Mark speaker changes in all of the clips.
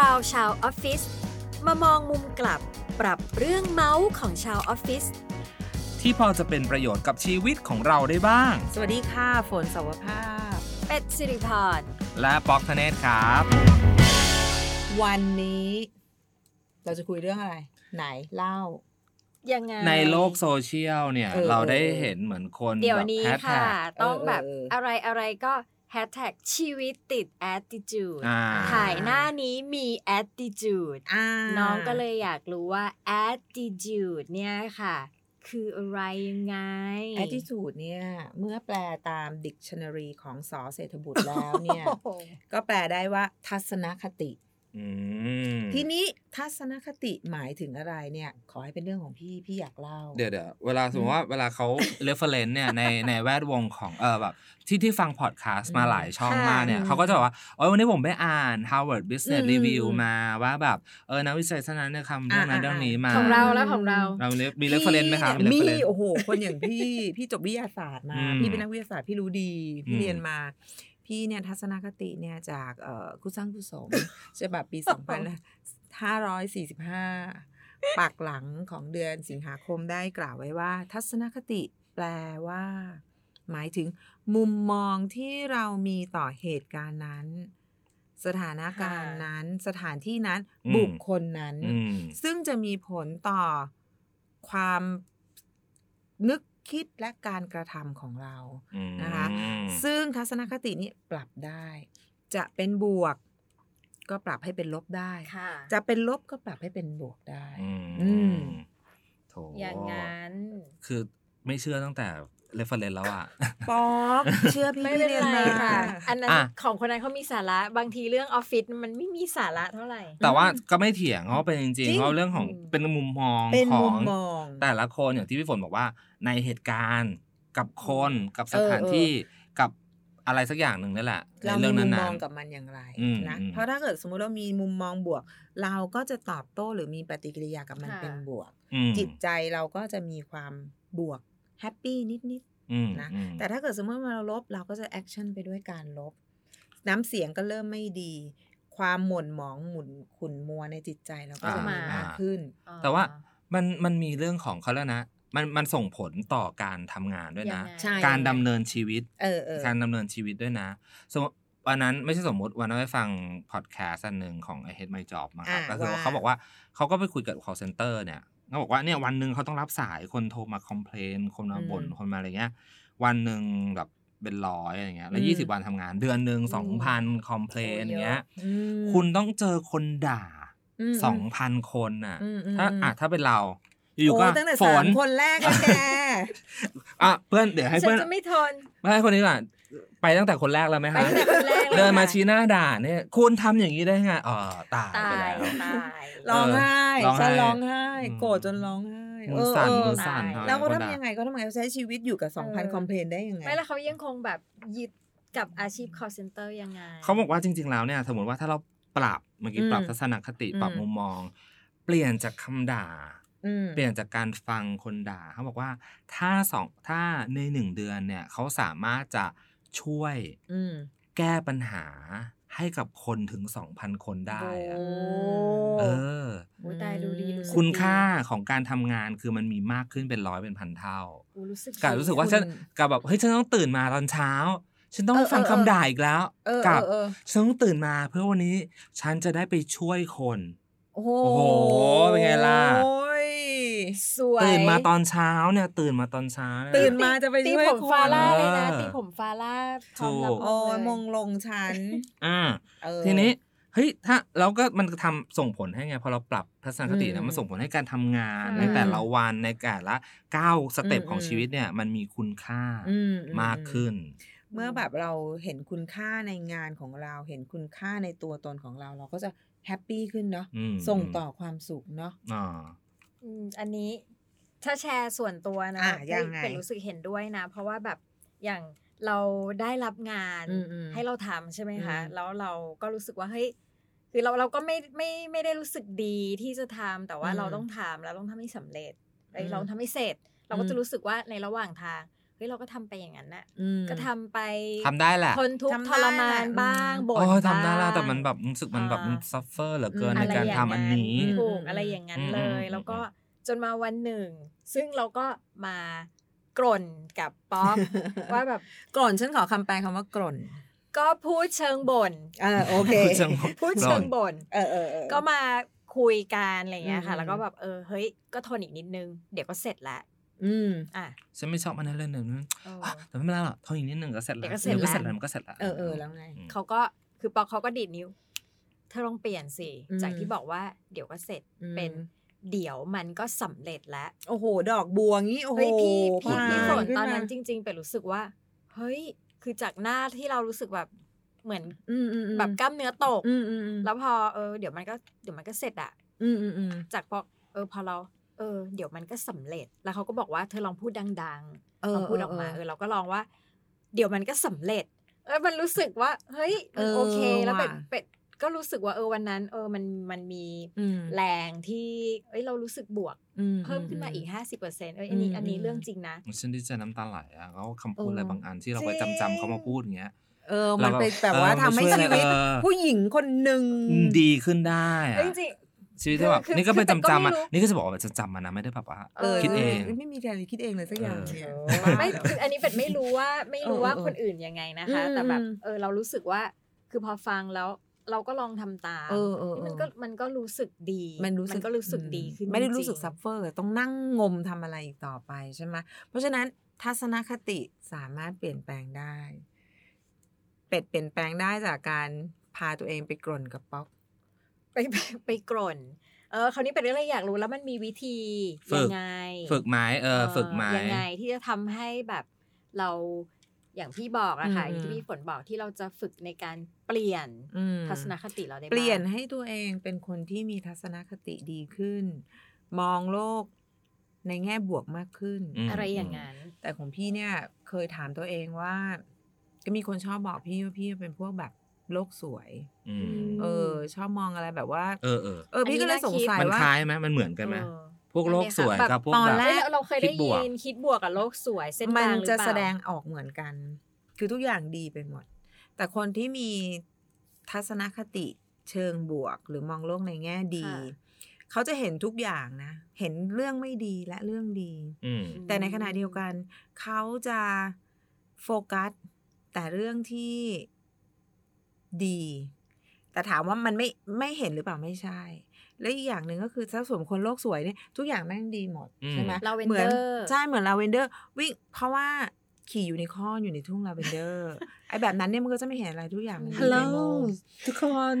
Speaker 1: เราชาวออฟฟิศมามองมุมกลับปรับเรื่องเมาส์ของชาวออฟฟิศ
Speaker 2: ที่พอจะเป็นประโยชน์กับชีวิตของเราได้บ้าง
Speaker 3: สวัสดีค่ะ ฝนสวภาพ
Speaker 1: เป็ดสิริพร
Speaker 2: และป๊อกธเนศครับ
Speaker 3: วันนี้ เราจะคุยเรื่องอะไร ไหนเล่า
Speaker 1: ยังไง
Speaker 2: ในโลกโซเชียลเนี่ย
Speaker 3: เออ
Speaker 2: เราได้เห็นเหมือนคน
Speaker 1: เดี๋ยว
Speaker 2: แบบ
Speaker 1: นี้
Speaker 2: แฮชแท็
Speaker 1: ค่ะ
Speaker 2: ก
Speaker 1: ต้องแบบ
Speaker 3: เออเอออ
Speaker 1: อะไรอะไรก็แฮชแท็กชีวิตติด attitude
Speaker 2: อ่า
Speaker 1: ถ่ายหน้านี้มี attitude
Speaker 3: อ่า
Speaker 1: น้องก็เลยอยากรู้ว่า attitude เนี่ยค่ะ คืออะไรยังไง
Speaker 3: แอติจูดเนี่ย เมื่อแปลตามดิกชันนารีของสอเศรษฐบุตรแล้วเนี่ย ก็แปลได้ว่าทัศนคติ
Speaker 2: อืม
Speaker 3: ทีนี้ทัศนคติหมายถึงอะไรเนี่ย ขอให้เป็นเรื่องของพี่ พี่อยากเล่า
Speaker 2: เดี๋ยวเดี๋ยวเวลาสมมติว่าเวลาเขา reference เนี่ยในในแวดวงของเออแบบที่ที่ฟังพอดแคสต์มาหลายช่องมากเนี่ย
Speaker 3: ค่ะ
Speaker 2: เขาก็จะบอกว่าโอ้ยวันนี้ผมไปอ่าน Harvard Business
Speaker 3: อืม
Speaker 2: Review มาว่าแบบเออนักวิจัยท่านนั้นเนี่ยคำเรื่องนั้น
Speaker 3: อ่าอ่า
Speaker 2: เรื่องนี้มา
Speaker 1: ของเราแล้วของเรา
Speaker 2: เรามีมี reference ไหมครับ
Speaker 3: พี่เนี่ยมี
Speaker 2: reference
Speaker 3: โอ้โห คนอย่างพี่ พี่จบวิทยาศาสตร์มา
Speaker 2: อืม
Speaker 3: พี่เป็นนักวิทยาศาสตร์พี่รู้ดี
Speaker 2: อื
Speaker 3: พี่
Speaker 2: ม
Speaker 3: เรียนมา พี่เนี่ยทัศนคติเนี่ยจากเอ่อคุสร้างคุสม ฉบับปี 2545 ปากหลังของเดือนสิงหาคมได้กล่าวไว้ว่า ทัศนคติแปลว่า หมายถึงมุมมองที่เรามีต่อเหตุการณ์นั้น สถานการณ์นั้น สถานที่นั้น
Speaker 2: อืม
Speaker 3: บุคคลนั้น
Speaker 2: อืม
Speaker 3: ซึ่งจะมีผลต่อความนึกคิดและการกระทำของเรา นะคะ
Speaker 2: อืม
Speaker 3: ซึ่งทัศนคตินี้ปรับได้ จะเป็นบวก ก็ปรับให้เป็นลบได้
Speaker 1: ค่ะ
Speaker 3: จะเป็นลบก็ปรับให้เป็นบวกได้
Speaker 2: อืม
Speaker 3: อืม
Speaker 2: โถ
Speaker 1: อย่างนั้น
Speaker 2: คือไม่เชื่อตั้งแต่เรฟเฟรนแล้วอ่ะ
Speaker 3: ป๊อก เชื่อพี่
Speaker 1: ไม่
Speaker 3: ที่
Speaker 1: เป็น
Speaker 3: เรียน
Speaker 1: ไร
Speaker 3: มา
Speaker 1: ค่ะ อันนั้น
Speaker 2: อ่ะ
Speaker 1: ของคนนั้นเขามีสาระ บางทีเรื่องออฟฟิศมันไม่มีสาระเท่าไหร่
Speaker 2: แต่ว่าก็ไม่เถียงเพราะว่าเป็นจริงๆเพราะเรื่องของ
Speaker 1: อืม
Speaker 2: เป็นมุมมอง
Speaker 3: เป็น
Speaker 2: ขอ
Speaker 3: มุ
Speaker 2: ง
Speaker 3: มมอง
Speaker 2: แต่ละคนอย่างที่พี่ฝนบอกว่า ในเหตุการณ์กับคนกับสถาน
Speaker 3: เออเออ
Speaker 2: ที่กับอะไรสักอย่างหนึ่งนั่นแหละใน
Speaker 3: เรา
Speaker 2: เรื่อง
Speaker 3: มีมุ
Speaker 2: นั้
Speaker 3: ม
Speaker 2: น
Speaker 3: ม
Speaker 2: ๆ
Speaker 3: องกับมันอย่างไร
Speaker 2: อืม
Speaker 3: นะ
Speaker 2: อืม
Speaker 3: เพราะถ้าเกิดสมมุติเรามีมุมมองบวก เราก็จะตอบโต้หรือมีปฏิกิริยากับมัน
Speaker 1: ค่ะ
Speaker 3: เป็นบวก
Speaker 2: อืม
Speaker 3: จิตใจเราก็จะมีความบวกแฮปปี้นิด
Speaker 2: อืม
Speaker 3: นะ
Speaker 2: อืม
Speaker 3: ๆ แต่ถ้าเกิดสมมติว่าเราลบ เราก็จะแอคชั่นไปด้วยการลบ น้ำเสียงก็เริ่มไม่ดี ความหม่นหมองหมุนขุ่นมัวในจิตใจเราก็จะมีมากขึ้น
Speaker 2: แต่ว่ามันมันมีเรื่องของเขาแล้วนะมันมันส่งผลต่อการทำงานด้วยนะ
Speaker 1: ยังไง
Speaker 3: ใช่
Speaker 2: การดำเนินชีวิต
Speaker 3: เออเออ
Speaker 2: การดำเนินชีวิตด้วยนะสมมุติวันนั้นไม่ใช่สมมติวันนั้นไปฟังพอดแคสต์อันหนึ่งของ I Hate My Job มาครับ
Speaker 3: อ่า
Speaker 2: ก็คือว่า
Speaker 3: ว่า
Speaker 2: เขาบอกว่าเขาก็ไปคุยกับ call center เนี่ยเขาบอกว่าเนี่ยวันหนึ่งเขาต้องรับสายคนโทรมาคอมเพลนคนมาบ่นคนมาอะไรเงี้ย วันหนึ่งแบบเป็นร้อยอะไรเงี้ย แล้วยี่สิบวันทำงาน เดือนหนึ่งสองพันคอมเพลนอย่างเงี้ย
Speaker 3: อืม
Speaker 2: คุณต้องเจอคนด่า
Speaker 3: อืม
Speaker 2: สองพันคนน่ะ
Speaker 3: อืมอืม
Speaker 2: ถ้า
Speaker 3: อืม
Speaker 2: อ่ะถ้าเป็นเรา อยู่ๆก็
Speaker 3: โตั้งแต่
Speaker 2: ฝ
Speaker 3: สาน มคนแรกแล้ว แก
Speaker 2: อ่ะเพื่อนเดี๋ยวให้
Speaker 1: ฉั
Speaker 2: เพื่อน น
Speaker 1: จะไม่ทน
Speaker 2: ไม่ให้คนนี้ก่อนไปตั้งแต่คนแรกแล้วไหม
Speaker 1: ไป
Speaker 2: คะ
Speaker 1: ตั้งแต่คนแรกลย
Speaker 2: เดินมา
Speaker 1: ค่ะ
Speaker 2: ชี้หน้าด่าเนี่ยคุณทำอย่างนี้ได้ไงอ๋อตาย
Speaker 1: ตา
Speaker 2: ไป
Speaker 1: ยตาย
Speaker 2: แล้ว
Speaker 3: ร้องไห้
Speaker 2: ร้องไห้
Speaker 3: จะร้องไห้
Speaker 2: อืม
Speaker 3: โกรธจนร้องไห้
Speaker 2: มื
Speaker 3: เอ
Speaker 2: อ
Speaker 3: อ
Speaker 2: สั่น
Speaker 3: เอ
Speaker 2: มื
Speaker 3: อ
Speaker 2: อสั่นเอะ
Speaker 3: แล้วก็
Speaker 2: คนด่
Speaker 3: ทำยังไงก็ทำไงใช้ชีวิตอยู่กับ 2,000 คอมเพลนได้ยังไง
Speaker 1: ไม่แล้วเขายังคงแบบยึดกับอาชีพ call center ยังไง
Speaker 2: เขาบอกว่าจริง ๆ แล้วเนี่ย สมมติว่าถ้าเราปรับเมื่อกี้
Speaker 3: อืม
Speaker 2: ปรับทัศนคติ
Speaker 3: อืม
Speaker 2: ปรับมุมมอง เปลี่ยนจากคำด่า
Speaker 3: อืม
Speaker 2: เปลี่ยนจากการฟังคนด่าเขาบอกว่าถ้าสองถ้าในหนึ่งเดือนเนี่ยเขาสามารถจะช่วย
Speaker 3: อืม
Speaker 2: แก้ปัญหาให้กับคนถึง 2,000 คนได้อะ
Speaker 3: โอ้
Speaker 2: เออ
Speaker 1: โอ้ยตายดูดีรู้สึก
Speaker 2: คุณค่าของการทำงานคือมันมีมากขึ้นเป็นร้อยเป็นพันเท่า
Speaker 1: กูรู้สึก
Speaker 2: กับ
Speaker 1: ดี
Speaker 2: รู้สึกว่าฉัน
Speaker 3: คุณ
Speaker 2: กับแบบเฮ้ยฉันต้องตื่นมาตอนเช้า ฉันต้อง
Speaker 3: เออเออ
Speaker 2: ฟัง
Speaker 3: เออ
Speaker 2: คำด่าอีกแล้ว
Speaker 3: เออ
Speaker 2: กับ
Speaker 3: เออเออ
Speaker 2: ฉันต้องตื่นมาเพื่อวันนี้ฉันจะได้ไปช่วยคน
Speaker 3: โอ้โห
Speaker 2: โอ้โหเป็นไงล่ะ
Speaker 3: โอ้ย
Speaker 1: สวย
Speaker 2: ตื่นมาตอนเช้าเนี่ยตื่นมาตอนเช้าเย
Speaker 3: ตื่น มาจะไป
Speaker 1: ตี
Speaker 3: ช่วย
Speaker 1: ผม
Speaker 3: คน
Speaker 1: ฟาร่าเลยนะ
Speaker 2: เออ
Speaker 1: ตีผมฟาร่าพร้อม
Speaker 2: ถู
Speaker 1: รับ
Speaker 2: ก
Speaker 3: โอ้
Speaker 1: เลย
Speaker 3: มงลงฉัน
Speaker 2: อ่า
Speaker 3: เออ
Speaker 2: ทีนี้เฮ้ยถ้าเราก็มันทำส่งผลให้ไงพอเราปรับทัศนคติ
Speaker 3: อื
Speaker 2: นะ
Speaker 3: ม
Speaker 2: มันส่งผลให้การทำงาน
Speaker 1: ค่ะ
Speaker 2: ในแต่ละวันในแต่ละก้าวสเต็ป
Speaker 3: อืม
Speaker 2: ของ
Speaker 3: อืม
Speaker 2: ชีวิตเนี่ยมันมีคุณค่า
Speaker 3: อืมอื
Speaker 2: มากขึ้น
Speaker 3: เมื่อแบบเราเห็นคุณค่าในงานของเรา เห็นคุณค่าในตัวตนของเรา เราก็จะแฮปปี้ขึ้นเนาะ
Speaker 2: อืม
Speaker 3: ส่งต่อความสุขเนาะ
Speaker 2: อ่า
Speaker 1: อืมอันนี้ถ้าแชร์ส่วนตัวนะ
Speaker 3: อ่ะยังไง
Speaker 1: เป็นรู้สึกเห็นด้วยนะ เพราะว่าแบบอย่างเราได้รับงาน
Speaker 3: อืมอืม
Speaker 1: ให้เราทำใช่ไหมคะ
Speaker 3: อืม
Speaker 1: แล้วเราก็รู้สึกว่าเฮ้ยคือเราเราก็ไม่ไม่ไม่ได้รู้สึกดีที่จะทำแต่ว่าเราต้องทำแล้วต้องทำให้สำเร็จเอ้ยเราทำให้เสร็จ เราก็จะรู้สึกว่าในระหว่างทาง ฮ้ยเราก็ทำไปอย่างนั้นน่ะ
Speaker 3: อืม
Speaker 1: ก็ทำไป
Speaker 2: ทำได้แหละ
Speaker 1: ทนทุกข์
Speaker 3: ทำได้
Speaker 1: ทรมานบ้าง
Speaker 3: แหละ
Speaker 1: บ่น
Speaker 2: โอ้ย
Speaker 1: บ้าง
Speaker 2: ทำได้แล้วแต่มันแบบรู้สึกมันแบบมันซัฟเฟอร์เหลือเกิน
Speaker 3: อืม
Speaker 2: ใน
Speaker 1: อะไร
Speaker 2: การ
Speaker 1: ย่ง
Speaker 2: ทำอันนี้
Speaker 1: ถูกอะไรอย่างนั้น
Speaker 2: อืม
Speaker 1: เล
Speaker 2: อื
Speaker 1: ย
Speaker 2: ม
Speaker 1: แล้วก็จนมาวันหนึ่ง ซึ่งเราก็มากร่นกับป๊ อกว่าแบบ
Speaker 3: กร่นฉันขอคำแปลคำว่ากร่น
Speaker 1: ก็พูดเชิงบ่น
Speaker 3: เออโอเค
Speaker 2: พูดเชิงบ่น
Speaker 1: พูดเชิงบ่น
Speaker 3: เออเออเออ
Speaker 1: ก็มาคุยกันอะไรอย่างเงี้ยค่ะ
Speaker 3: อืม
Speaker 1: แล้วก็แบบเออเฮ้ยก็ทนอีกนิดนึง เดี๋ยวก็เสร็จละ
Speaker 3: อืม
Speaker 1: อ่ะ
Speaker 2: ฉันไม่ชอบอันนั้นเลยหนึ่ง
Speaker 1: เออ
Speaker 2: แต่ไม่เป็นไรหรอกเท่าอีกนิดหนึ่งก็เสร็จแล้ว
Speaker 1: เดี๋ยวก็เสร็จ
Speaker 2: ดี๋ยวก็เสร็จแล้วมันก็เสร็จแล้ว
Speaker 3: เออเออแล้วไง
Speaker 2: อืม
Speaker 1: เขาก็คือปอกเขาก็ดีดนิ้ว เธอลองเปลี่ยนสิ
Speaker 3: อืม
Speaker 1: จากที่บอกว่าเดี๋ยวก็เสร็จเป็น เดี๋ยวมันก็สำเร็จแล้ว
Speaker 3: โอ้โห ดอกบัวงี้ โอ้โห
Speaker 1: เฮ้ยพี่พี่
Speaker 2: ผ่า
Speaker 1: พี่ฝ
Speaker 2: น
Speaker 3: า
Speaker 1: น
Speaker 3: ขึ้
Speaker 1: ตอน
Speaker 3: มา
Speaker 1: นั้นจริง ๆ เป็นรู้สึกว่า เฮ้ย คือจากหน้าที่เรารู้สึกแบบเหมือน
Speaker 3: อืมอืมอืม
Speaker 1: แบบกล้ามเนื้อตก
Speaker 3: อืมอืมอืม
Speaker 1: แล้วพอเออเดี๋ยวมันก็เดี๋ยวมันก็เสร็จอะ
Speaker 3: อืมอืมอืม
Speaker 1: จากพอเออพอเรา เออ เดี๋ยวมันก็สำเร็จ แล้วเขาก็บอกว่าเธอลองพูดดังๆ
Speaker 3: เอ
Speaker 1: ล
Speaker 3: อ
Speaker 1: องพูดออกมาเออเราก็ลองว่า เดี๋ยวมันก็สำเร็จ เออมันรู้สึกว่า เฮ้ยมันโอเคแล้วเป็ดเป็ดก็รู้สึกว่าเออวันนั้น เออมันมันมี
Speaker 3: อืม
Speaker 1: แรงที่ เอ้ยเรารู้สึกบวก
Speaker 3: อื
Speaker 1: เพิ่มขึ้นมาอีก 50%เอ้ยอันนี้อันนี้เรื่องจริงนะ
Speaker 2: ฉันดีใจน้ำตาไหลอ่ะแล้วคำพู
Speaker 1: เอออ
Speaker 2: ดอะไรบางอันที่เราไปจำจำๆเขามาพูดอย่างเงี้ย
Speaker 3: เออ มันไปแบบว่า
Speaker 2: เออ
Speaker 3: ทำให้
Speaker 2: มันช่วย
Speaker 3: ชีวิต
Speaker 2: เออ
Speaker 3: ผู้หญิงคนหนึ่ง
Speaker 2: ดีขึ้นได้อะ
Speaker 1: เอ้ยจริง
Speaker 2: ชีวิตที่แบบ
Speaker 1: คือ
Speaker 2: นี่ก็ไป
Speaker 1: คือแต่ก็
Speaker 2: จำจำ
Speaker 1: ไม่
Speaker 2: มา
Speaker 1: รู้
Speaker 2: นี่ก็จะบอกว่าจะจำมานะไม่ได้แบบว่า
Speaker 1: ๆ
Speaker 3: เออ
Speaker 2: คิดเอง
Speaker 3: ไม่มีอะไรคิดเองเลยสักอย่างเนี่ย
Speaker 1: ไม่คืออันนี้เป็ดไม่รู้ว่าไม่รู้ว่า
Speaker 3: เออเออ
Speaker 1: คนอื่นยังไงนะคะ
Speaker 3: อืม
Speaker 1: แต่แบบ
Speaker 3: อืม
Speaker 1: เออเรารู้สึกว่า คือพอฟังแล้วเราก็ลองทำตาม
Speaker 3: เออเออ
Speaker 1: นี่
Speaker 3: เอ
Speaker 1: มัน
Speaker 3: อ
Speaker 1: ก็มันก็รู้สึกดี
Speaker 3: มันรู้สึก
Speaker 1: ก็รู้สึก
Speaker 3: อืม
Speaker 1: ดีขึ้น
Speaker 3: ไม่ได้
Speaker 1: จงๆ
Speaker 3: รู้สึกซัฟเฟอร์ต้องนั่งงมทำอะไรอีกต่อไปใช่ไหมเพราะฉะนั้นทัศนคติสามารถเปลี่ยนแปลงได้ เป็ดเปลี่ยนแปลงได้จากการพาตัวเองไปกร่นกับป๊อก
Speaker 1: ไปไปไปกร่นเออคราวนี้เป็นเรื่องอะไรอยากรู้แล้วมันมีวิธี
Speaker 2: ฝึ
Speaker 1: ยั
Speaker 2: ก
Speaker 1: งไง
Speaker 2: ฝึกไม้เออฝึกไม้
Speaker 1: ยังไงที่จะทำให้แบบเราอย่างพี่บอกอะค่ะ
Speaker 3: อืม
Speaker 1: อย่างที่พี่ฝนบอกที่เราจะฝึกในการเปลี่ยน
Speaker 3: อืม
Speaker 1: ทัศนคติเราได้บ้าง
Speaker 3: เปลี่ยนให้ตัวเองเป็นคนที่มีทัศนคติดีขึ้น มองโลกในแง่บวกมากขึ้น
Speaker 2: อืม
Speaker 1: อะไรอย่างนั้น
Speaker 3: แต่ของพี่เนี่ยเคยถามตัวเองว่า ก็มีคนชอบบอกพี่ว่าพี่เป็นพวกแบบโลกสวย
Speaker 2: อืม
Speaker 3: เออ ชอบมองอะไรแบบว่า
Speaker 2: เออเออ
Speaker 3: เออพี่ก็เลยสงสัย
Speaker 2: มัน
Speaker 3: ว่า
Speaker 2: คล้ายไหมมันเหมือนกันไหม
Speaker 1: เออ
Speaker 2: พวกโลกสวย
Speaker 1: แบบ
Speaker 2: กับพวก
Speaker 3: ตอ
Speaker 2: แบ
Speaker 3: น
Speaker 2: บ
Speaker 3: แร
Speaker 1: เอ้ย
Speaker 3: ก
Speaker 1: เราเราเคยได้
Speaker 2: คิดบวก
Speaker 1: ยินคิดบวกกับโลกสวยเส้น
Speaker 3: มั
Speaker 1: กลา
Speaker 3: น
Speaker 1: งหรือเป
Speaker 3: จะ
Speaker 1: ล่า
Speaker 3: แสดงออกเหมือนกัน คือทุกอย่างดีไปหมด แต่คนที่มีทัศนคติเชิงบวก หรือมองโลกในแง่ดี เขาจะเห็นทุกอย่างนะ เห็นเรื่องไม่ดีและเรื่องดี
Speaker 2: อืม
Speaker 3: แต่ในขณะเดียวกัน เขาจะโฟกัสแต่เรื่องที่ดี แต่ถามว่ามันไม่ไม่เห็นหรือเปล่าไม่ใช่ และอีกอย่างหนึ่งก็คือถ้าสมมติคนโลกสวยเนี่ยทุกอย่างแม่งดีหมด
Speaker 2: อืม
Speaker 3: ใช่ไหม
Speaker 1: Lavender
Speaker 3: มือนใช่เหมือนลาเวนเดอร์ วิ่งเพราะว่าขี่ยูนิคอร์นอยู่ในทุ่งลาเวนเดอร์ ไอ้แบบนั้นเนี่ยมันก็จะไม่เห็นอะไรทุกอย่างมันดีไปหมด
Speaker 2: ทุกคน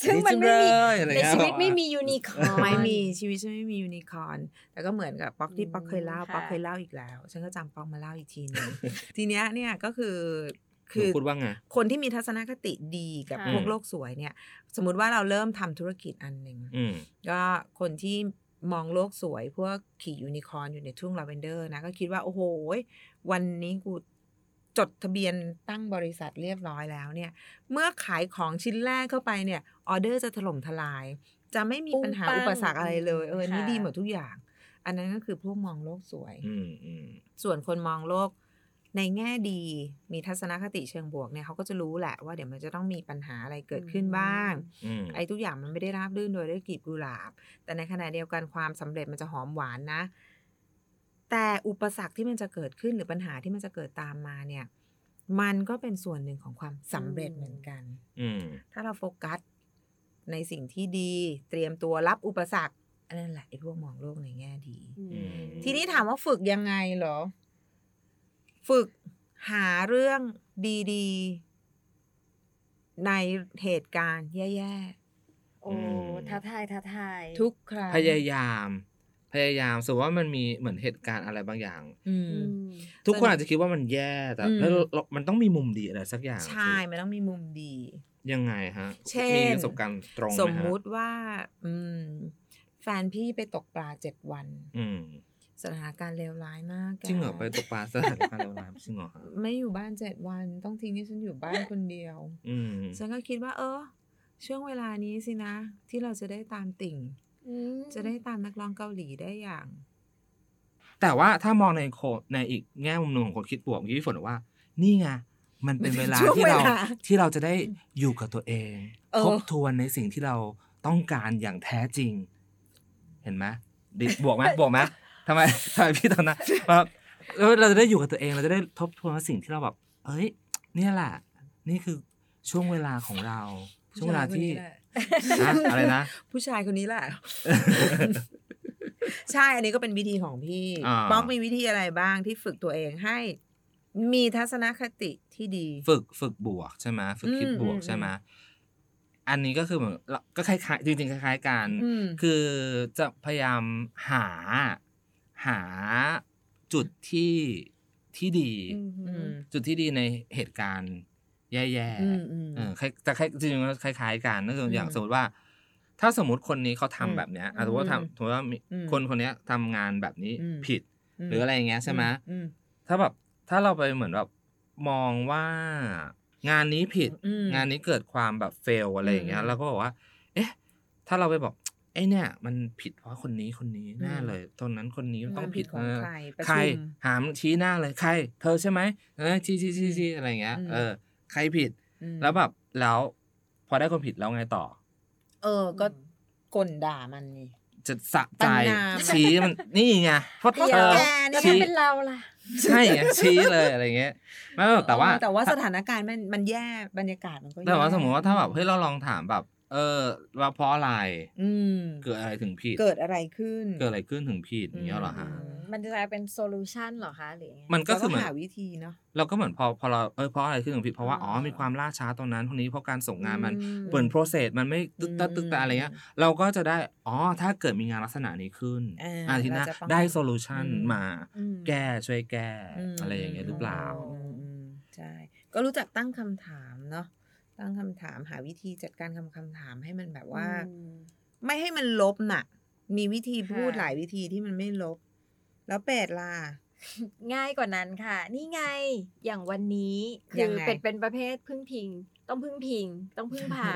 Speaker 1: ซึ่งมันไม่มี ในชีวิตไม่มี
Speaker 2: อ
Speaker 1: ยูนิคอร์น
Speaker 3: ไม่ มีชีวิตฉันไม่มียูนิคอร์นแต่ก็เหมือนกับป๊อกที่ป๊อกเคยเล่า
Speaker 1: อืมค่ะ
Speaker 3: ป๊อกเคยเล่าอีกแล้ว ฉันก็จำป๊อกมาเล่าอีกทีหนึง ทีเนี้ยเนี่ยก็คือคื
Speaker 2: ห
Speaker 3: อ
Speaker 2: นูพูดว่าไง
Speaker 3: คนที่มีทัศนคติดีกับ
Speaker 1: ค่ะ
Speaker 3: พวกโลกสวยเนี่ย สมมติว่าเราเริ่มทำธุรกิจอันหนึ่ง
Speaker 2: ืม
Speaker 3: ก็คนที่มองโลกสวย พวกขี่ยูนิคอร์นอยู่ในทุ่งลาเวนเดอร์นะ ก็คิดว่า โอ้โหยวันนี้กูจดทะเบียนตั้งบริษัทเรียบร้อยแล้วเนี่ย เมื่อขายของชิ้นแรกเข้าไปเนี่ย ออเดอร์จะถล่มทลาย จะไม่มีปัญหา
Speaker 1: ปุ้งปัง
Speaker 3: อุปสรรคอะไรเลยเออนี่
Speaker 1: ค่ะ
Speaker 3: ดีหมดทุกอย่าง อันนั้นก็คือพวกมองโลกสวย
Speaker 2: อืมอืม
Speaker 3: ส่วนคนมองโลกในแง่ดี มีทัศนคติเชิงบวกเนี่ยเขาก็จะรู้แหละว่าเดี๋ยวมันจะต้องมีปัญหาอะไรเกิดขึ้นบ้าง
Speaker 2: อืม
Speaker 3: ไอ้ทุกอย่างมันไม่ได้ราบรื่นโดยด้วยกลีบกุหลาบ แต่ในขณะเดียวกันความสำเร็จมันจะหอมหวานนะ แต่อุปสรรคที่มันจะเกิดขึ้นหรือปัญหาที่มันจะเกิดตามมาเนี่ย มันก็เป็นส่วนหนึ่งของความสำเร็จเหมือนกัน
Speaker 2: อืม
Speaker 3: ถ้าเราโฟกัสในสิ่งที่ดี เตรียมตัวรับอุปสรรคอันนั้นแหละไอ้พวกมองโลกในแง่ดี
Speaker 1: อืม
Speaker 3: ทีนี้ถามว่าฝึกยังไงเหรอ ฝึกหาเรื่องดีๆ ในเหตุการณ์แย่ๆ
Speaker 1: โอ้ท้าทายท้าทาย
Speaker 3: ทุกครั้ง
Speaker 2: พยายาม พยายามสมมติว่ามันมีเหมือนเหตุการณ์อะไรบางอย่าง
Speaker 3: อื
Speaker 1: อื
Speaker 3: ม
Speaker 1: ม
Speaker 2: ทุกคนอาจจะคิดว่ามันแย่แต่
Speaker 3: อืม
Speaker 2: แล้วเรามันต้องมีมุมดีอะไรสักอย่าง
Speaker 3: ใช่มันต้องมีมุมดี
Speaker 2: สิยังไงฮะ
Speaker 3: เช่น
Speaker 2: มีประสบการณ์ตรงไหฮะ
Speaker 3: สมมุติว่า อืม แฟนพี่ไปตกปลาเจ็ดวัน
Speaker 2: อืม
Speaker 3: สถานการณ์เลวร้ายมากแก
Speaker 2: จริงเหรอไปตกปลาสถานการณ์เลวร้ายจริงเหรอฮะ
Speaker 3: ไม่อยู่บ้านเจ็ดวัน ต้องทิ้งให้ฉันอยู่บ้านคนเดียว
Speaker 2: อืม
Speaker 3: ฉันก็คิดว่า เออ ช่วงเวลานี้สินะ ที่เราจะได้ตามติ่ง จะได้ตามนักร้องเกาหลีได้อย่าง
Speaker 2: แต่ว่าถ้ามองในโคในอีกแง่มุมหนึ่งของคนคิดบวกเมื่อกี้พี่ฝนบอกว่า นี่ไงมันเป็นเวลา
Speaker 3: ช่วง
Speaker 2: ที่เรา
Speaker 3: เวลา
Speaker 2: ที่เราจะได้อยู่กับตัวเอง
Speaker 3: เออ
Speaker 2: ทบทวนในสิ่งที่เราต้องการอย่างแท้จริง เห็นไหมดิบวกไหมบวกไหมทำไมทำไมพี่ต อนนั้นแบบเออเราจะได้อยู่กับตัวเองเราจะได้ทบทวนว่าสิ่งที่เราแบบ เอ้ย เนี่ยแหละ นี่คือช่วงเวลาของเรา ช่วงเวลาที่ฮะอะไรนะ
Speaker 3: ผู้ชายคนนี้แหละ ใช่อันนี้ก็เป็นวิธีของพี่
Speaker 2: อ่า
Speaker 3: ป๊อกมีวิธีอะไรบ้างที่ฝึกตัวเองให้ มีทัศนคติที่ดี
Speaker 2: ฝึกฝึกบวกใช่ไหมฝึกคิด
Speaker 3: อืม
Speaker 2: บวก
Speaker 3: อืม
Speaker 2: ใช่ไหมอันนี้ก็คือเหมือนเราก็คล้ายๆจริงๆคล้ายๆกัน
Speaker 3: อืม
Speaker 2: คือจะพยายามหาหาจุดที่ที่ดี
Speaker 3: อืม
Speaker 2: จุดที่ดีในเหตุการณ์แย่
Speaker 3: อืม
Speaker 2: ๆ
Speaker 3: อืม
Speaker 2: เออคล้ายจะคล้ายจริงๆแล้วคล้ายๆกันนั่นคืออย่าง
Speaker 3: อืม
Speaker 2: สมมติว่า ถ้าสมมติคนนี้เขาทำ
Speaker 3: อืม
Speaker 2: แบบเนี้ย
Speaker 3: อื
Speaker 2: อ่ะ
Speaker 3: ม
Speaker 2: สมมติว่าทำสมมติว่ามี
Speaker 3: อืม
Speaker 2: คนคนเนี้ยทำงานแบบนี้
Speaker 3: อืม
Speaker 2: ผิดหรืออะไรอย่างเงี้ยใช่ไหม
Speaker 3: อืม
Speaker 2: ถ้าแบบถ้าเราไปเหมือนแบบมองว่างานนี้ผิด
Speaker 3: อืม
Speaker 2: งานนี้เกิดความแบบเฟลอะไรอย่างเงี้
Speaker 3: อื
Speaker 2: ย
Speaker 3: ม
Speaker 2: เราก็บอกว่า เอ๊ะ ถ้าเราไปบอกไอ้เนี่ย มันผิดเพราะคนนี้คนนี้แน่
Speaker 3: อืม
Speaker 2: เลยตอนนั้นคนนี้มันต้องผิด
Speaker 3: มันผิดขอ
Speaker 2: นะ
Speaker 3: งใครประชุม
Speaker 2: ใครหามชี้หน้าเลยใคร เธอใช่ไหมเออชี้ชี้ชี้ชี้อะไรอย่างเงี้ย
Speaker 3: อืม
Speaker 2: เออใครผิด
Speaker 3: อืม
Speaker 2: แล้วแบบแล้วพอได้คนผิดแล้วไงต่อ
Speaker 3: เออ ก็กลด่ามันนี่
Speaker 2: จะสะใจ
Speaker 3: ประนาม
Speaker 2: ชี้ มันนี่ไงเพราะ
Speaker 1: เดี๋ยว
Speaker 2: เธอ
Speaker 1: แก
Speaker 3: เนี่
Speaker 1: แล้มัน
Speaker 3: ยว มั
Speaker 1: น
Speaker 3: เป็
Speaker 1: เป็น นเราล่ะ
Speaker 2: ใช่ไงชี้เลยอะไรอย่างเงี้ยไม่หรอกแต่ว่า
Speaker 3: เออแต่ว่าสถานการณ์มันมันแย่บรรยากาศมันก็แย่
Speaker 2: แต่ว่าสมมติว่าถ้าแบบเฮ้ยเราลองถามแบบ เออว่าเพราะอะไร
Speaker 3: อืม
Speaker 2: เกิดอะไรถึงผิด
Speaker 3: เกิดอะไรขึ้น
Speaker 2: เกิดอะไรขึ้นถึงผิดอย่างเงี้ยเหรอ
Speaker 3: อื
Speaker 2: ฮะ
Speaker 3: ม
Speaker 1: มันจะกลายเป็นโซลูชันเหรอคะหรือยังไง
Speaker 2: มันก็คือ
Speaker 3: เรา
Speaker 2: เหมือน
Speaker 3: หาวิธีเนาะ
Speaker 2: เราก็เหมือนพอพอเราเออเพราะอะไรขึ้นถึงผิดเพราะว่า
Speaker 1: อ๋
Speaker 2: อ๋
Speaker 1: อ
Speaker 2: อ
Speaker 1: อ๋
Speaker 2: มีความล่าช้าตอนนั้นคนนี้เพราะการส่งงานมัน
Speaker 1: อื
Speaker 2: เปิดโปรเซสมันไม่ตึ๊ดตัดตึ๊ดตดอะไรเงี้ยเราก็จะได้อ๋อถ้าเกิดมีงานลักษณะนี้ขึ้น
Speaker 3: เอออ่
Speaker 2: อาทีหน้า
Speaker 3: เราจะป้องกัน
Speaker 2: ได้โซลูชัน
Speaker 3: อืม
Speaker 2: มา
Speaker 1: อืม
Speaker 2: แก้ช่วยแก้
Speaker 3: ม
Speaker 2: อะไรอย่างเงี้ยหรือเปล่า
Speaker 3: อืมอืมใช่ ก็รู้จักตั้งคำถามเนาะตั้งคำถามหาวิธีจัดการคำคำถามให้มันแบบว่า ไม่ให้มันลบน่ะ มีวิธีพูด
Speaker 1: ค่ะ
Speaker 3: หลายวิธีที่มันไม่ลบ แล้วเป็ดล่ะ
Speaker 1: ง่ายกว่านั้นค่ะ นี่ไงอย่างวันนี้
Speaker 3: ยั
Speaker 1: คื
Speaker 3: ง
Speaker 1: อ
Speaker 3: ไง
Speaker 1: เป็นเป็นประเภทพึ่งพิง ต้องพึ่งพิง ต้องพึ่งพา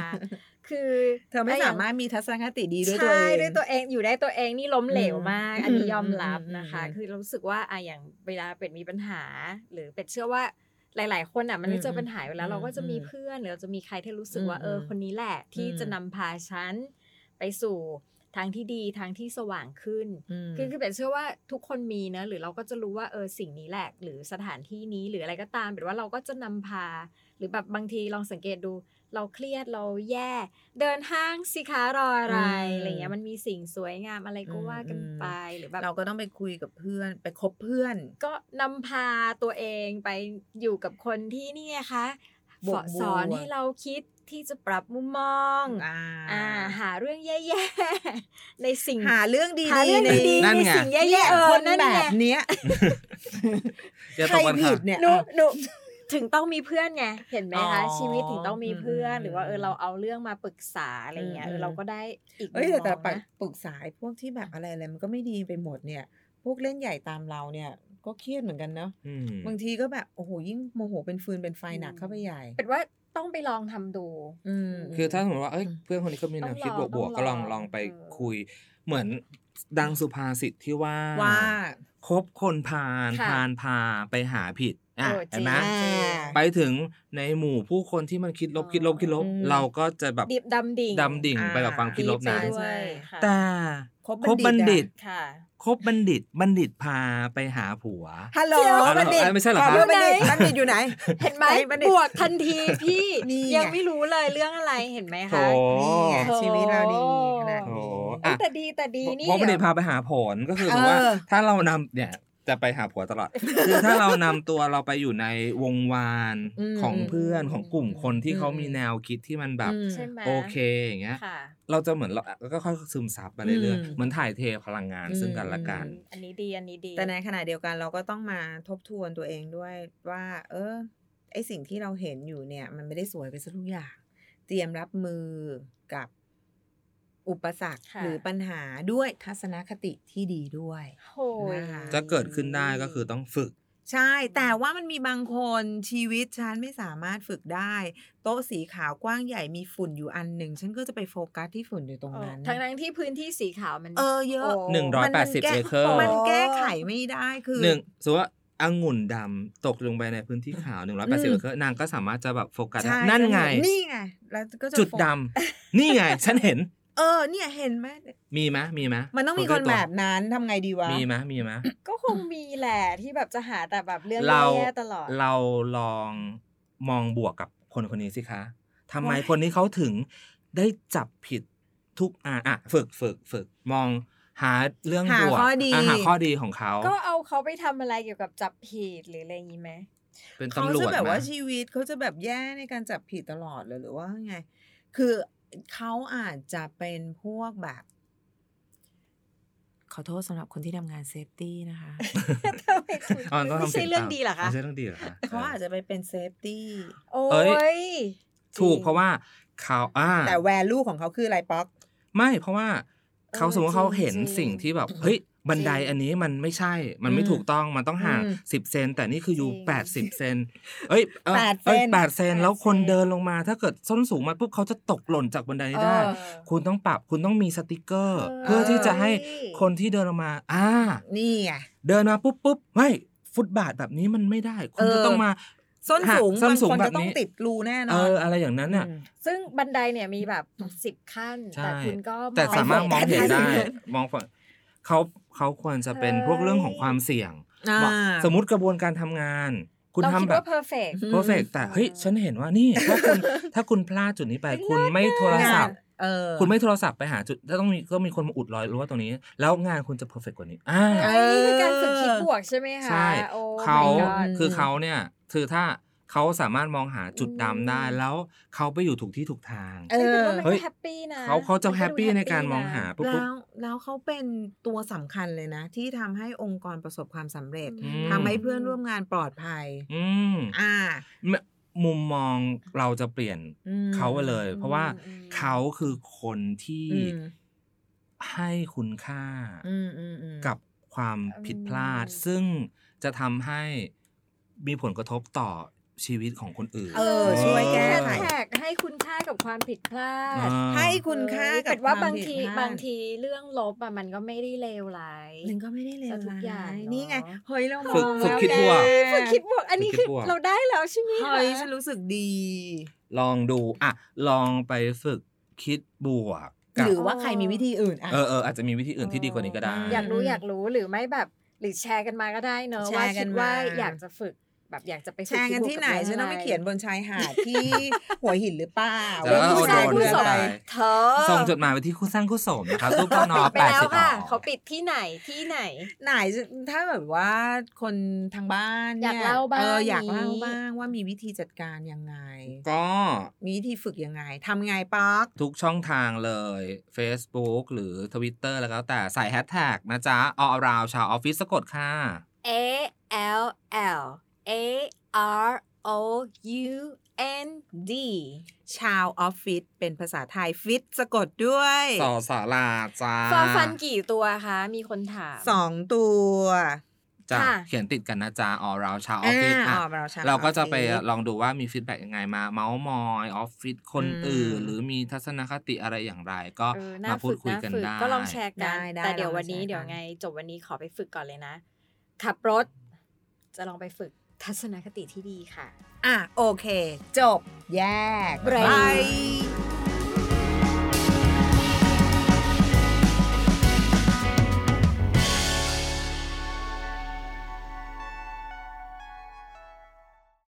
Speaker 1: คือ
Speaker 3: เธอไม่
Speaker 1: ะย่
Speaker 3: สาง มารถมีทัศนคติดีด้วยตัว
Speaker 1: ใช่
Speaker 3: เอง
Speaker 1: ด้วยตัวเองอยู่ได้ตัวเองนี่ล้มเหลวมาก
Speaker 3: อืม
Speaker 1: อันนี้ยอม
Speaker 3: อืม
Speaker 1: รับ
Speaker 3: อืม
Speaker 1: นะคะ
Speaker 3: อืม
Speaker 1: คือรู้สึกว่าอะอย่างเวลาเป็ดมีปัญหา หรือเป็ดเชื่อว่าหลาย ๆ คนอ่ะมันได้เจอปัญหาอยู่แล้
Speaker 3: อื
Speaker 1: ว
Speaker 3: ม
Speaker 1: เราก็จะมี
Speaker 3: อืม
Speaker 1: เพื่อนหรือเราจะมีใครที่รู้สึกว่า
Speaker 3: อืม
Speaker 1: เออคนนี้แหละที่
Speaker 3: อืม
Speaker 1: จะนำพาฉันไปสู่ทางที่ดีทางที่สว่างขึ้น
Speaker 3: ม
Speaker 1: คือคือเป็ดเชื่อว่าทุกคนมีนะหรือเราก็จะรู้ว่าเออสิ่งนี้แหละหรือสถานที่นี้หรืออะไรก็ตามเป็ดว่าเราก็จะนำพา หรือแบบบางทีลองสังเกตดู เราเครียดเราแย่ เดินห้างสิคะรออะไร
Speaker 3: อืม
Speaker 1: อะไรเงี้ยมันมีสิ่งสวยงามอะไรก็
Speaker 3: อืม
Speaker 1: ว่ากันไปหรือแบบ
Speaker 3: เราก็ต้องไปคุยกับเพื่อน ไปคบเพื่อน
Speaker 1: ก็นำพาตัวเองไปอยู่กับคนที่นี่ไงคะ
Speaker 3: บวกๆ
Speaker 1: สอนให้เราคิดที่จะปรับมุมมอง
Speaker 3: อ่า
Speaker 1: อ่าหาเรื่องแย่ๆ ในสิ่ง
Speaker 3: หาเรื่องดี
Speaker 1: หาเรื่อง
Speaker 3: ๆใน
Speaker 1: ดีๆ
Speaker 2: นั่น
Speaker 1: ใน
Speaker 2: ไง
Speaker 1: สิ่งแย่ๆเออ
Speaker 3: คน
Speaker 1: นั่น
Speaker 3: แบ
Speaker 1: ไง
Speaker 3: บเนี้ย
Speaker 2: อย่า
Speaker 3: ใค
Speaker 2: ต
Speaker 3: ร
Speaker 2: กปัญ
Speaker 3: ผิ
Speaker 2: หา
Speaker 3: ดเนี่ย
Speaker 1: หนูหนู ถึงต้องมีเพื่อนไงเห็นไหม
Speaker 3: อ๋
Speaker 1: คะ
Speaker 3: อ
Speaker 1: ชีวิตถึงต้องมีเพื่อน
Speaker 3: อืม
Speaker 1: หรือว่าเออเราเอาเรื่องมาปรึกษาอะไรเงี้ย
Speaker 3: อืม
Speaker 1: เออเราก็ได้อีก
Speaker 3: เอ้ย
Speaker 1: มุม
Speaker 3: แต่
Speaker 1: ม
Speaker 3: แต่
Speaker 1: อง
Speaker 3: ปรึก
Speaker 1: นะ
Speaker 3: ปรึกษาไอ้พวกที่แบบอะไรอะไรมันก็ไม่ดีไปหมดเนี่ย พวกเล่นใหญ่ตามเราเนี่ย ก็เครียดเหมือนกันเนาะ
Speaker 2: อืม
Speaker 3: บางทีก็แบบโอ้โหยิ่งโมโหเป็นฟืนเป็นไฟหนักเข้าไปใหญ่
Speaker 1: เป็นว่าต้องไปลองทำดู
Speaker 3: อืม
Speaker 2: คือถ้าสมมติว่าเอ้ย
Speaker 3: อืม
Speaker 2: เพื่อนคนนี้ก็มีแนวคิด
Speaker 1: ต้
Speaker 2: บ
Speaker 1: อง
Speaker 2: วก
Speaker 1: ลอ
Speaker 2: บว
Speaker 1: ง
Speaker 2: ก
Speaker 1: ต้
Speaker 2: ก็
Speaker 1: องล
Speaker 2: ล
Speaker 1: อ
Speaker 2: อง งลองไป
Speaker 1: เออ
Speaker 2: คุย เหมือนดังสุภาษิตที่ว่า
Speaker 3: ว่า
Speaker 2: คบคนพาล
Speaker 1: ค่ะ
Speaker 2: พาลพาไปหาผิดอ่ะ
Speaker 1: เออจ
Speaker 2: เห็
Speaker 1: ริ
Speaker 2: น
Speaker 1: ง
Speaker 2: ไหม
Speaker 3: อ่า
Speaker 1: จริง
Speaker 2: ไปถึงในหมู่ผู้คนที่มันคิดลบ
Speaker 1: อ๋อ
Speaker 2: คิดลบคิดลบ
Speaker 3: อืม
Speaker 2: เราก็จะแบบ
Speaker 1: ดิบดำดิ่ง
Speaker 2: ดำดิ่ง
Speaker 3: อ่า
Speaker 2: ไปกับความคิดลบ
Speaker 1: ไป
Speaker 2: นั้น
Speaker 1: ด้วยค่ะ
Speaker 2: แต่
Speaker 3: คบ
Speaker 2: คบ
Speaker 3: บั
Speaker 2: บั
Speaker 3: ณ
Speaker 2: ณ
Speaker 3: ฑิ
Speaker 2: ฑ
Speaker 3: ต
Speaker 2: ต
Speaker 3: อะ
Speaker 1: ค่ะ
Speaker 2: คบบัณฑิต บัณฑิตพาไปหาผัว
Speaker 3: ฮัลโหล
Speaker 1: เดี๋ยว
Speaker 3: บัณฑิต
Speaker 2: เอ้ยไม่ใช่เหรอคะ
Speaker 3: ขณฑิตบัณฑิตอยู่ไหน
Speaker 1: เห็นไหม
Speaker 3: ไหนบัณฑิต
Speaker 1: บวกทันทีพี่
Speaker 3: นี่ไง
Speaker 1: ยังไม่รู้เลยเรื่องอะไรเห็นไหม
Speaker 2: โถ
Speaker 1: คะ
Speaker 3: นี่ไงชีวิตเราดีขนาด
Speaker 2: โถ
Speaker 3: นี้
Speaker 2: อ่ะ
Speaker 1: แต่ดีแต่ดีนี่
Speaker 2: เพราะมันเดี๋ยวพาไปหาผลก็คือถือว่า
Speaker 3: เออ
Speaker 2: ถ้าเรานำเนี่ยจะไปหาผัวตลอด คือถ้าเรานำตัวเราไปอยู่ในวงวาน
Speaker 3: อืม
Speaker 2: ของเพื่อนของกลุ่มคนที่
Speaker 3: อืม
Speaker 2: เขามีแนวคิดที่มันแบบ
Speaker 3: อืม
Speaker 1: ใช่ไหม
Speaker 2: โอเคอย่างเงี้ย
Speaker 1: ค่ะ
Speaker 2: เราจะเหมือนเราก็ค่อยๆซึมซับไปเรื่อย
Speaker 3: อืม
Speaker 2: ๆเหมือนถ่ายเทพลังงาน
Speaker 3: อืม
Speaker 2: ซึ่งกันและกัน
Speaker 1: อันนี้ดีอันนี้ดี
Speaker 3: แต่ในขณะเดียวกันเราก็ต้องมาทบทวนตัวเองด้วยว่า เออไอสิ่งที่เราเห็นอยู่เนี่ย มันไม่ได้สวยไปซะทุกอย่าง เตรียมรับมือกับอุปสรรค
Speaker 1: ค่ะ
Speaker 3: หรือปัญหาด้วยทัศนคติที่ดีด้วย
Speaker 1: โห
Speaker 3: นะคะ
Speaker 2: จะเกิดขึ้นได้ก็คือต้องฝึก
Speaker 3: ใช่ แต่ว่ามันมีบางคนชีวิตฉันไม่สามารถฝึกได้ โต๊ะสีขาวกว้างใหญ่มีฝุ่นอยู่อันหนึ่ง ฉันก็จะไปโฟกัสที่ฝุ่นอยู่ตรงนั้น
Speaker 1: ทั้งทั้งๆที่พื้นที่สีขาวมัน
Speaker 3: เออเยอะ
Speaker 1: โอ้
Speaker 2: หนึ่งร้อยแปดสิบ
Speaker 3: มั
Speaker 2: เอ
Speaker 3: นแก้
Speaker 2: เคอร์
Speaker 3: มันแก้ไขไม่ได้คือ
Speaker 2: หนึ่งสมมติว่าองุ่นดำตกลงไปในพื้นที่ขาวหนึ่งร้อยแปดสิบ
Speaker 3: อื
Speaker 2: เอ
Speaker 3: ม
Speaker 2: เคอร์นางก็สามารถจะแบบโฟกัส
Speaker 3: ใช่
Speaker 2: ได้นั่นไง
Speaker 3: นี่ไงแล้วก็ะ
Speaker 2: จุด
Speaker 3: โฟกัส
Speaker 2: ดำนี่ไง ฉันเห็น
Speaker 3: เออ เนี่ยเห็นไหม
Speaker 2: มีไหมยมีไหมย
Speaker 3: มันต้องมีคนแบบนั้นทำไงดีวะ
Speaker 2: มีไหมยมีไหมย
Speaker 1: ก็คงมีแหละที่แบบจะหาแต่แบบเรื่อง
Speaker 2: เรา
Speaker 1: แย่ๆตลอด
Speaker 2: เราลองมองบวกกับคนคนนี้สิคะทำไม
Speaker 1: Why?
Speaker 2: คนนี้เขาถึงได้จับผิดทุกอ่ะอ่ะฝึกฝึกฝึกมองหาเรื่อง
Speaker 3: หา
Speaker 2: บวก
Speaker 3: ข้อดี
Speaker 2: ะหาข้อดีของเขา
Speaker 1: ก็เอาเขาไปทำอะไรเกี่ยวกับจับผิดหรืออะไรอย่างนี้ไหม
Speaker 2: เป็น
Speaker 3: เขา
Speaker 2: ตำรว
Speaker 3: จะ
Speaker 2: จ
Speaker 3: แบบ
Speaker 2: ไหม
Speaker 3: ว่าชีวิตเขาจะแบบแย่ในการจับผิดตลอดเลยหรือว่าไง คือเขาอาจจะเป็นพวกแบบ ขอโทษสำหรับคนที่ทำงานเซฟตี้นะคะ
Speaker 1: ทำไมคุณ
Speaker 2: อ๋อต้องทำ
Speaker 1: ไม่
Speaker 2: สี
Speaker 1: ใช่
Speaker 2: ย
Speaker 1: เรื่อง
Speaker 2: ตาม
Speaker 1: ดีเหรอคะ
Speaker 2: ไม่ใช่เรื่องดีเหรอคะ
Speaker 3: เขาอาจ
Speaker 2: เออ
Speaker 3: จะไปเป็นเซฟตี้
Speaker 1: โอ้
Speaker 2: เอ้
Speaker 1: ย
Speaker 2: ย ถูกเพราะว่าเขาอ่า
Speaker 3: แต่แวลูของเขาคืออะไรป๊อก
Speaker 2: ไม่เพราะว่าเขา
Speaker 1: ออ
Speaker 2: สมมติเขาเห็น
Speaker 1: จริง
Speaker 2: สิ่งที่แบบเฮ้ยบันไดอันนี้มันไม่ใช่ มันไม่
Speaker 3: อืม
Speaker 2: ถูกต้องมันต้องห่าง
Speaker 3: อืม
Speaker 2: สิบเซนแต่นี่คืออยู่
Speaker 1: จริง
Speaker 2: แปดสิบเซนเอ้ยเออ
Speaker 3: แปดเซน
Speaker 2: เอ้ยแปดเซนแล้วคน
Speaker 1: แปดเซน
Speaker 2: เดินลงมา ถ้าเกิดส้นสูงมาปุ๊บเขาจะตกหล่นจากบันไดนี้ได้
Speaker 1: เออ
Speaker 2: คุณต้องปรับคุณต้องมีสติกเกอร์
Speaker 1: เออ
Speaker 2: เพื่อที่จะให้คนที่เดินลงมา อ่า
Speaker 3: นี่ไง
Speaker 2: เดินมาปุ๊บปุ๊บเฮ้ยฟุตบาทแบบนี้มันไม่ได้ คุณจะ
Speaker 3: เออ
Speaker 2: ต้องมา
Speaker 3: ส้นสูง
Speaker 2: ส้น
Speaker 3: บาง
Speaker 2: สูง
Speaker 3: คน
Speaker 2: แบบ
Speaker 3: จะต้อ
Speaker 2: นี้
Speaker 3: งติดรูแน่น
Speaker 2: เอ
Speaker 3: อน
Speaker 2: ออะไรอย่างนั้นเนี่ย
Speaker 1: ซึ่งบันไดเนี่ยมีแบบสิบขั้น
Speaker 2: ใช่
Speaker 1: แต่คุณก็
Speaker 2: แต่
Speaker 1: อง
Speaker 2: สามารถมองเห็นได้
Speaker 3: เห็น
Speaker 2: มองฝั่งเขาเขาควรจะเป็นพวกเรื่องของความเสี่ยง
Speaker 3: อ่า
Speaker 2: บอกสมมติกระบวนการทำงาน คุณ
Speaker 1: เรา
Speaker 2: ทำ
Speaker 1: คิด
Speaker 2: แบบ
Speaker 1: ว่า perfect
Speaker 3: อืม
Speaker 2: เพอร์เฟกแต่เฮ้ยฉันเห็นว่านี่ ถ้าคุณถ้าคุณพลาดจุดนี้ไป คุณไม่โทรศัพท์
Speaker 3: เออ
Speaker 2: คุณไม่โทรศัพท์ไปหาจุดแล้วต้องมีก็มีคนมาอุดรอยรั้วตรงนี้ แล้วงานคุณจะเพอร์เฟกกว่านี้อ่า
Speaker 1: อันนี้คือการฝึกคิดบวกใช่ไหมคะ
Speaker 2: ใช่
Speaker 1: โอ้ my
Speaker 2: เขา
Speaker 1: god
Speaker 2: คือเขาเนี่ยคือถ้าเขาสามารถมองหาจุดดำได้แล้วเขาไปอยู่ถูกที่ถูกทาง
Speaker 3: เออ
Speaker 1: เฮ้ย
Speaker 2: เฮ้ย
Speaker 1: แฮปปี้นะ
Speaker 2: เขาเขาจะแฮปปี้ในการมองหาปุ๊บปุ๊บ
Speaker 3: แล้วแล้วเขาเป็นตัวสำคัญเลยนะ ที่ทำให้องค์กรประสบความสำเร็จ
Speaker 1: อืม
Speaker 2: ม
Speaker 3: ทำให้เพื่อนร่วมงานปลอดภัย
Speaker 2: อืม
Speaker 3: อ่า
Speaker 2: มุมมองเราจะเปลี่ยน
Speaker 3: อืม
Speaker 2: เขาไปเลย เพราะว่า
Speaker 1: อืม
Speaker 2: เขาคือคนที่
Speaker 3: อืม
Speaker 2: ให้คุณค่า
Speaker 3: อืมอืมอืม
Speaker 2: กับความผิดพลาด
Speaker 1: อืม
Speaker 2: ซึ่งจะทำให้มีผลกระทบต่อชีวิตของคนอื่น
Speaker 3: เออช่วยแก้ไข
Speaker 1: แท็กให้คุณค่ากับความผิดพลาด
Speaker 2: อ่า
Speaker 3: ให้คุณค่ากั
Speaker 1: เป็
Speaker 3: บ
Speaker 1: ดว่าบาง
Speaker 3: ควมผิ
Speaker 1: ที
Speaker 3: ดพลด
Speaker 1: บางทีเรื่องลบอะมันก็ไม่ได้เลวร้าย
Speaker 3: มันก็ไม่ได้เลว
Speaker 1: แต่ทุกอ
Speaker 3: ร้า
Speaker 1: ย่าง
Speaker 3: ย
Speaker 1: เนอะ
Speaker 3: นี่ไงเฮ้ยเรามอง
Speaker 2: ฝึกฝึก
Speaker 3: แล้
Speaker 2: คิดบวก
Speaker 3: ไง
Speaker 1: ฝึกคิดบวกอันนี้คื
Speaker 2: ฝึ
Speaker 1: อ
Speaker 2: กคิดบวก
Speaker 1: เราได้แล้วใช่ไหมคะ
Speaker 3: เฮ้ยฉันรู้สึกดี
Speaker 2: ลองดูอ่ะลองไปฝึกคิดบวกกับ
Speaker 3: หรือว่าใครมีวิธีอื่นอ่ะ
Speaker 2: เออเอออาจจะมีวิธีอื่นที่ดีกว่านี้ก็ได้
Speaker 1: อยากรู้อยากรู้หรือไม่แบบหรือแชร์กันมาก็ได้เนอะ
Speaker 3: แช
Speaker 1: ว่า
Speaker 3: ร์กั
Speaker 1: คิ
Speaker 3: น
Speaker 1: ด
Speaker 3: มา
Speaker 1: ว่าอยากจะฝึกแบบอยากจะไป
Speaker 3: แช
Speaker 1: ฝึก
Speaker 3: ร์
Speaker 1: คิ
Speaker 3: กัน
Speaker 1: ดบว
Speaker 3: ที่ไหน
Speaker 1: บ
Speaker 3: ฉั
Speaker 1: เรื่อ
Speaker 3: น
Speaker 1: ง
Speaker 3: ต้องไป
Speaker 1: อะร
Speaker 3: เขียนบนชายหาดที่ หัวหินหรือเปล่า
Speaker 2: แต่
Speaker 1: เดี๋ยว
Speaker 2: ว่เอ
Speaker 1: ผู้
Speaker 2: โดน
Speaker 1: ชายผู้
Speaker 2: เรื่อ
Speaker 1: ส
Speaker 2: ง
Speaker 1: ม
Speaker 2: ไป
Speaker 1: เธอ
Speaker 2: ส่งจดหมายไปที่คุณสร้างคุณสมนะครับตู้ปอนอ
Speaker 1: ปิดไป
Speaker 2: แปด
Speaker 1: แล้ว
Speaker 2: สิบ
Speaker 1: ค่ะ เขาปิดที่ไหนที่ไหน
Speaker 3: ไหนจะถ้าแบบว่าคนทางบ้าน
Speaker 1: อ
Speaker 3: นี่
Speaker 1: ยากเล่าบ้าง
Speaker 3: เอออยากเล่า
Speaker 1: นี้
Speaker 3: บ้างว่ามีวิธีจัดการยังไง
Speaker 2: ก็
Speaker 3: มีวิธีฝึกยังไงทำไงป๊อก
Speaker 2: ทุกช่องทางเลย Facebook หรือ Twitter แล้วก็แต่ใส่แฮชแท็กนะจ๊ะ all around ชาวออฟฟิศสะกดค่ะ
Speaker 1: A L L A R O U N D
Speaker 3: ชาวออฟฟิศเป็นภาษาไทยฟิตสะกดด้วย
Speaker 2: สอสาลาจ้า
Speaker 1: ฟอร์ฟันกี่ตัวคะ มีคนถาม
Speaker 3: สองตัว
Speaker 2: จ้ะ
Speaker 1: ค่ะ
Speaker 2: เขียนติดกันนะจ๊ะ all around ชาวออฟฟิศ
Speaker 3: า
Speaker 2: อ่ะ
Speaker 3: เราชาว
Speaker 2: เราก็จะไป
Speaker 3: ออฟฟิศ
Speaker 2: ลองดูว่ามีฟีดแบ็กยังไงมา เมาส์มอยออฟฟิศคน
Speaker 3: อืม
Speaker 2: อื่น หรือมีทัศนคติอะไรอย่างไร ก็
Speaker 1: เออ
Speaker 2: มาพูดคุย
Speaker 1: า
Speaker 2: กัน
Speaker 1: ฝึ
Speaker 2: ได้
Speaker 1: ก็ลองแชร์กัน
Speaker 3: ได้ได้
Speaker 1: แต่เดี๋ยว
Speaker 3: ลอง
Speaker 1: วันนี้
Speaker 3: แชร์กัน
Speaker 1: เดี๋ยวไง จบวันนี้ขอไปฝึกก่อนเลยนะ ขับรถ จะลองไปฝึกทัศนคติที่ดีค่ะ
Speaker 3: อ่ะโอเค จบ แยก
Speaker 1: เบรก
Speaker 3: บาย